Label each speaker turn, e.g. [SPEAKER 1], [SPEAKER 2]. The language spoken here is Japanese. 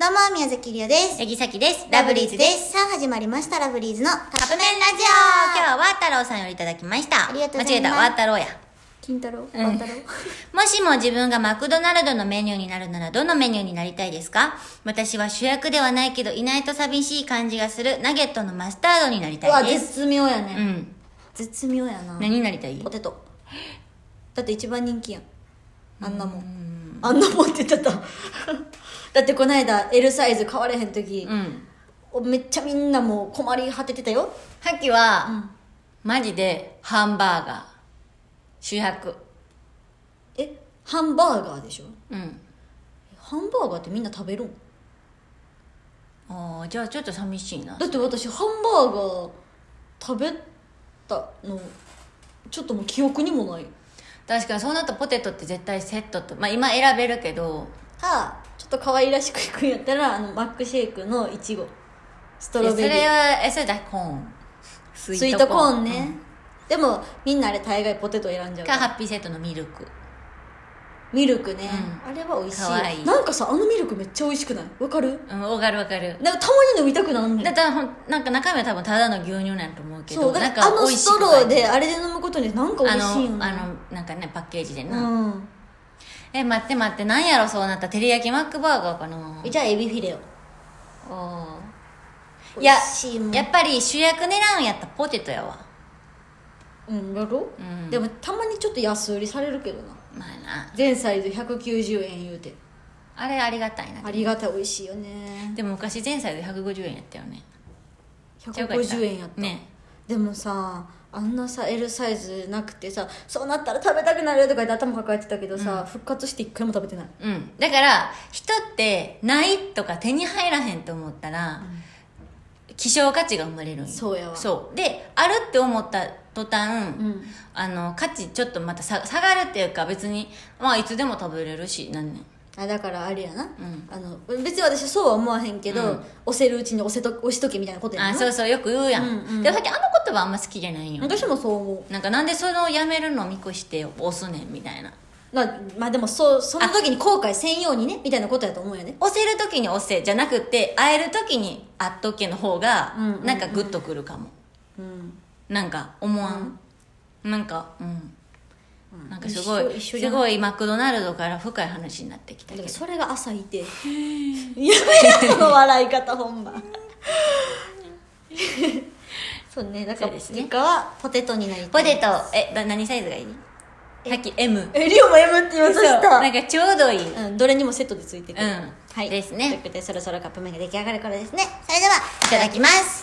[SPEAKER 1] どうも、宮崎りおです。
[SPEAKER 2] 八木咲です。
[SPEAKER 1] ラブリーズです。さあ、始まりました、ラブリーズのカ
[SPEAKER 2] カッ
[SPEAKER 1] ッ
[SPEAKER 2] プ
[SPEAKER 1] プ
[SPEAKER 2] 麺
[SPEAKER 1] 麺
[SPEAKER 2] ラ
[SPEAKER 1] ラ
[SPEAKER 2] ジ
[SPEAKER 1] ジ
[SPEAKER 2] オ
[SPEAKER 1] オ
[SPEAKER 2] 今日はワータロウさんよりいただきました。
[SPEAKER 1] ありがとうございます
[SPEAKER 2] 間違えた、ワータロウや。
[SPEAKER 1] 金太郎
[SPEAKER 2] ん
[SPEAKER 1] 万太郎
[SPEAKER 2] もしも自分がマクドナルドのメニューになるならどのメニューになりたいですか私は主役ではないけどいないと寂しい感じがするナゲットのマスタードになり
[SPEAKER 1] う
[SPEAKER 2] た
[SPEAKER 1] わ、
[SPEAKER 2] いです。
[SPEAKER 1] 絶妙や
[SPEAKER 2] う
[SPEAKER 1] ね。
[SPEAKER 2] ん。
[SPEAKER 1] 絶妙やな。
[SPEAKER 2] 何になりたい
[SPEAKER 1] ポテト。だって一番人気やん。あんなもん。あんなもんって言ってた。 だってこの間、L サイズ買われへん時
[SPEAKER 2] うん。
[SPEAKER 1] めっちゃみんなもう困り果ててたよ。
[SPEAKER 2] さっきは、マジでハンバーガー。主役。
[SPEAKER 1] え、ハンバーガーでしょ
[SPEAKER 2] うん。
[SPEAKER 1] ハンバーガーってみんな食べるん
[SPEAKER 2] あーじゃあちょっと寂しいな。
[SPEAKER 1] だって私ハンバーガー食べたのちょっともう記憶にもない
[SPEAKER 2] 確かにそうなったらポテトって絶対セットと。まあ今選べるけど、
[SPEAKER 1] かちょっと可愛らしくいくんやったらあのマックシェイクのいちごストロベリ
[SPEAKER 2] えそ
[SPEAKER 1] ー
[SPEAKER 2] れはえそれだコーンス
[SPEAKER 1] スイートコーンね、でもみんなあれ大概ポテト選んじゃう
[SPEAKER 2] か
[SPEAKER 1] か
[SPEAKER 2] ハ
[SPEAKER 1] ら
[SPEAKER 2] ッピーセットのミルク
[SPEAKER 1] ミルクね、
[SPEAKER 2] う
[SPEAKER 1] あれは美味しいよ
[SPEAKER 2] 可愛い
[SPEAKER 1] なんかさあのミルクめっちゃ美味しくないわかる
[SPEAKER 2] うんわかるわかる
[SPEAKER 1] なんかたまに飲みたくなんね
[SPEAKER 2] だ
[SPEAKER 1] ん
[SPEAKER 2] からほんなんか中身は多分ただの牛乳なんやと思うけど
[SPEAKER 1] そうだ
[SPEAKER 2] なん
[SPEAKER 1] からあ
[SPEAKER 2] か
[SPEAKER 1] の
[SPEAKER 2] 美味
[SPEAKER 1] ス
[SPEAKER 2] し
[SPEAKER 1] ト
[SPEAKER 2] く
[SPEAKER 1] ロー
[SPEAKER 2] 書いて
[SPEAKER 1] で
[SPEAKER 2] る
[SPEAKER 1] あれで飲むことになんか美
[SPEAKER 2] あ
[SPEAKER 1] 味しいよ
[SPEAKER 2] の
[SPEAKER 1] ね
[SPEAKER 2] あのなんかねパッケージでな、
[SPEAKER 1] うん
[SPEAKER 2] え待って待ってなんやろそうなった照り焼きマックバーガーかな
[SPEAKER 1] じゃあエビフィレオ
[SPEAKER 2] あーい
[SPEAKER 1] 美
[SPEAKER 2] や
[SPEAKER 1] 味しいもん
[SPEAKER 2] やっぱり主役狙うんやったらポテトやわ
[SPEAKER 1] うんやろ、
[SPEAKER 2] うん
[SPEAKER 1] でもたまにちょっと安売りされるけどな
[SPEAKER 2] まあな
[SPEAKER 1] 全サイズ190円言うて
[SPEAKER 2] あれありがたいな
[SPEAKER 1] ありがたい美味しいよね
[SPEAKER 2] でも昔前菜で150円やったよね
[SPEAKER 1] 150円やった、
[SPEAKER 2] ね
[SPEAKER 1] でもさあんなさ L サイズなくてさそうなったら食べたくなるとか言って頭抱えてたけどさ、復活して一回も食べてない
[SPEAKER 2] うん、だから人ってないとか手に入らへんと思ったら、希少価値が生まれるんよ
[SPEAKER 1] そうやわ
[SPEAKER 2] そうであるって思った途端、
[SPEAKER 1] ん
[SPEAKER 2] あの価値ちょっとまたさ下がるっていうか別にまあいつでも食べれるしなんねん
[SPEAKER 1] あだからあれやな、
[SPEAKER 2] ん
[SPEAKER 1] あの別に私そうは思わへんけど、
[SPEAKER 2] うん
[SPEAKER 1] 押せるうちに押せと押しとけみたいなことやな
[SPEAKER 2] あそうそうよく言うやん、
[SPEAKER 1] うんうん
[SPEAKER 2] でもさっきあの言葉あんま好きじゃないんよ
[SPEAKER 1] 私もそう思
[SPEAKER 2] なんかなんでそれをやめるのを見越して押すねんみたいな
[SPEAKER 1] うまあ、まあ、でもそうその時に後悔せんようにねみたいなことやと思うよね
[SPEAKER 2] 押せる時に押せじゃなくて会える時に会っとけの方が
[SPEAKER 1] うんうんうん
[SPEAKER 2] なんかグッとくるかも、
[SPEAKER 1] うん
[SPEAKER 2] なんか思わん、なんかうんなんかすご
[SPEAKER 1] 一緒一
[SPEAKER 2] い
[SPEAKER 1] 緒じゃ
[SPEAKER 2] す
[SPEAKER 1] ない
[SPEAKER 2] ごいマクドナルドから深い話になってきた
[SPEAKER 1] だ
[SPEAKER 2] けど
[SPEAKER 1] からそれが朝いてやめろの笑い方ほんまそうねだか
[SPEAKER 2] そう
[SPEAKER 1] ら
[SPEAKER 2] ですね
[SPEAKER 1] 実家はポテトになり
[SPEAKER 2] ポ
[SPEAKER 1] たい
[SPEAKER 2] テトえだ何サイズがいいさっき M
[SPEAKER 1] えリオも M って言おうとし
[SPEAKER 2] そう
[SPEAKER 1] た
[SPEAKER 2] なんかちょうどいい
[SPEAKER 1] うん、どれにもセットでついてくる、
[SPEAKER 2] うん
[SPEAKER 1] はい
[SPEAKER 2] ですね
[SPEAKER 1] ということでそろそろカップ麺が出来上がるからですねそれではいただきます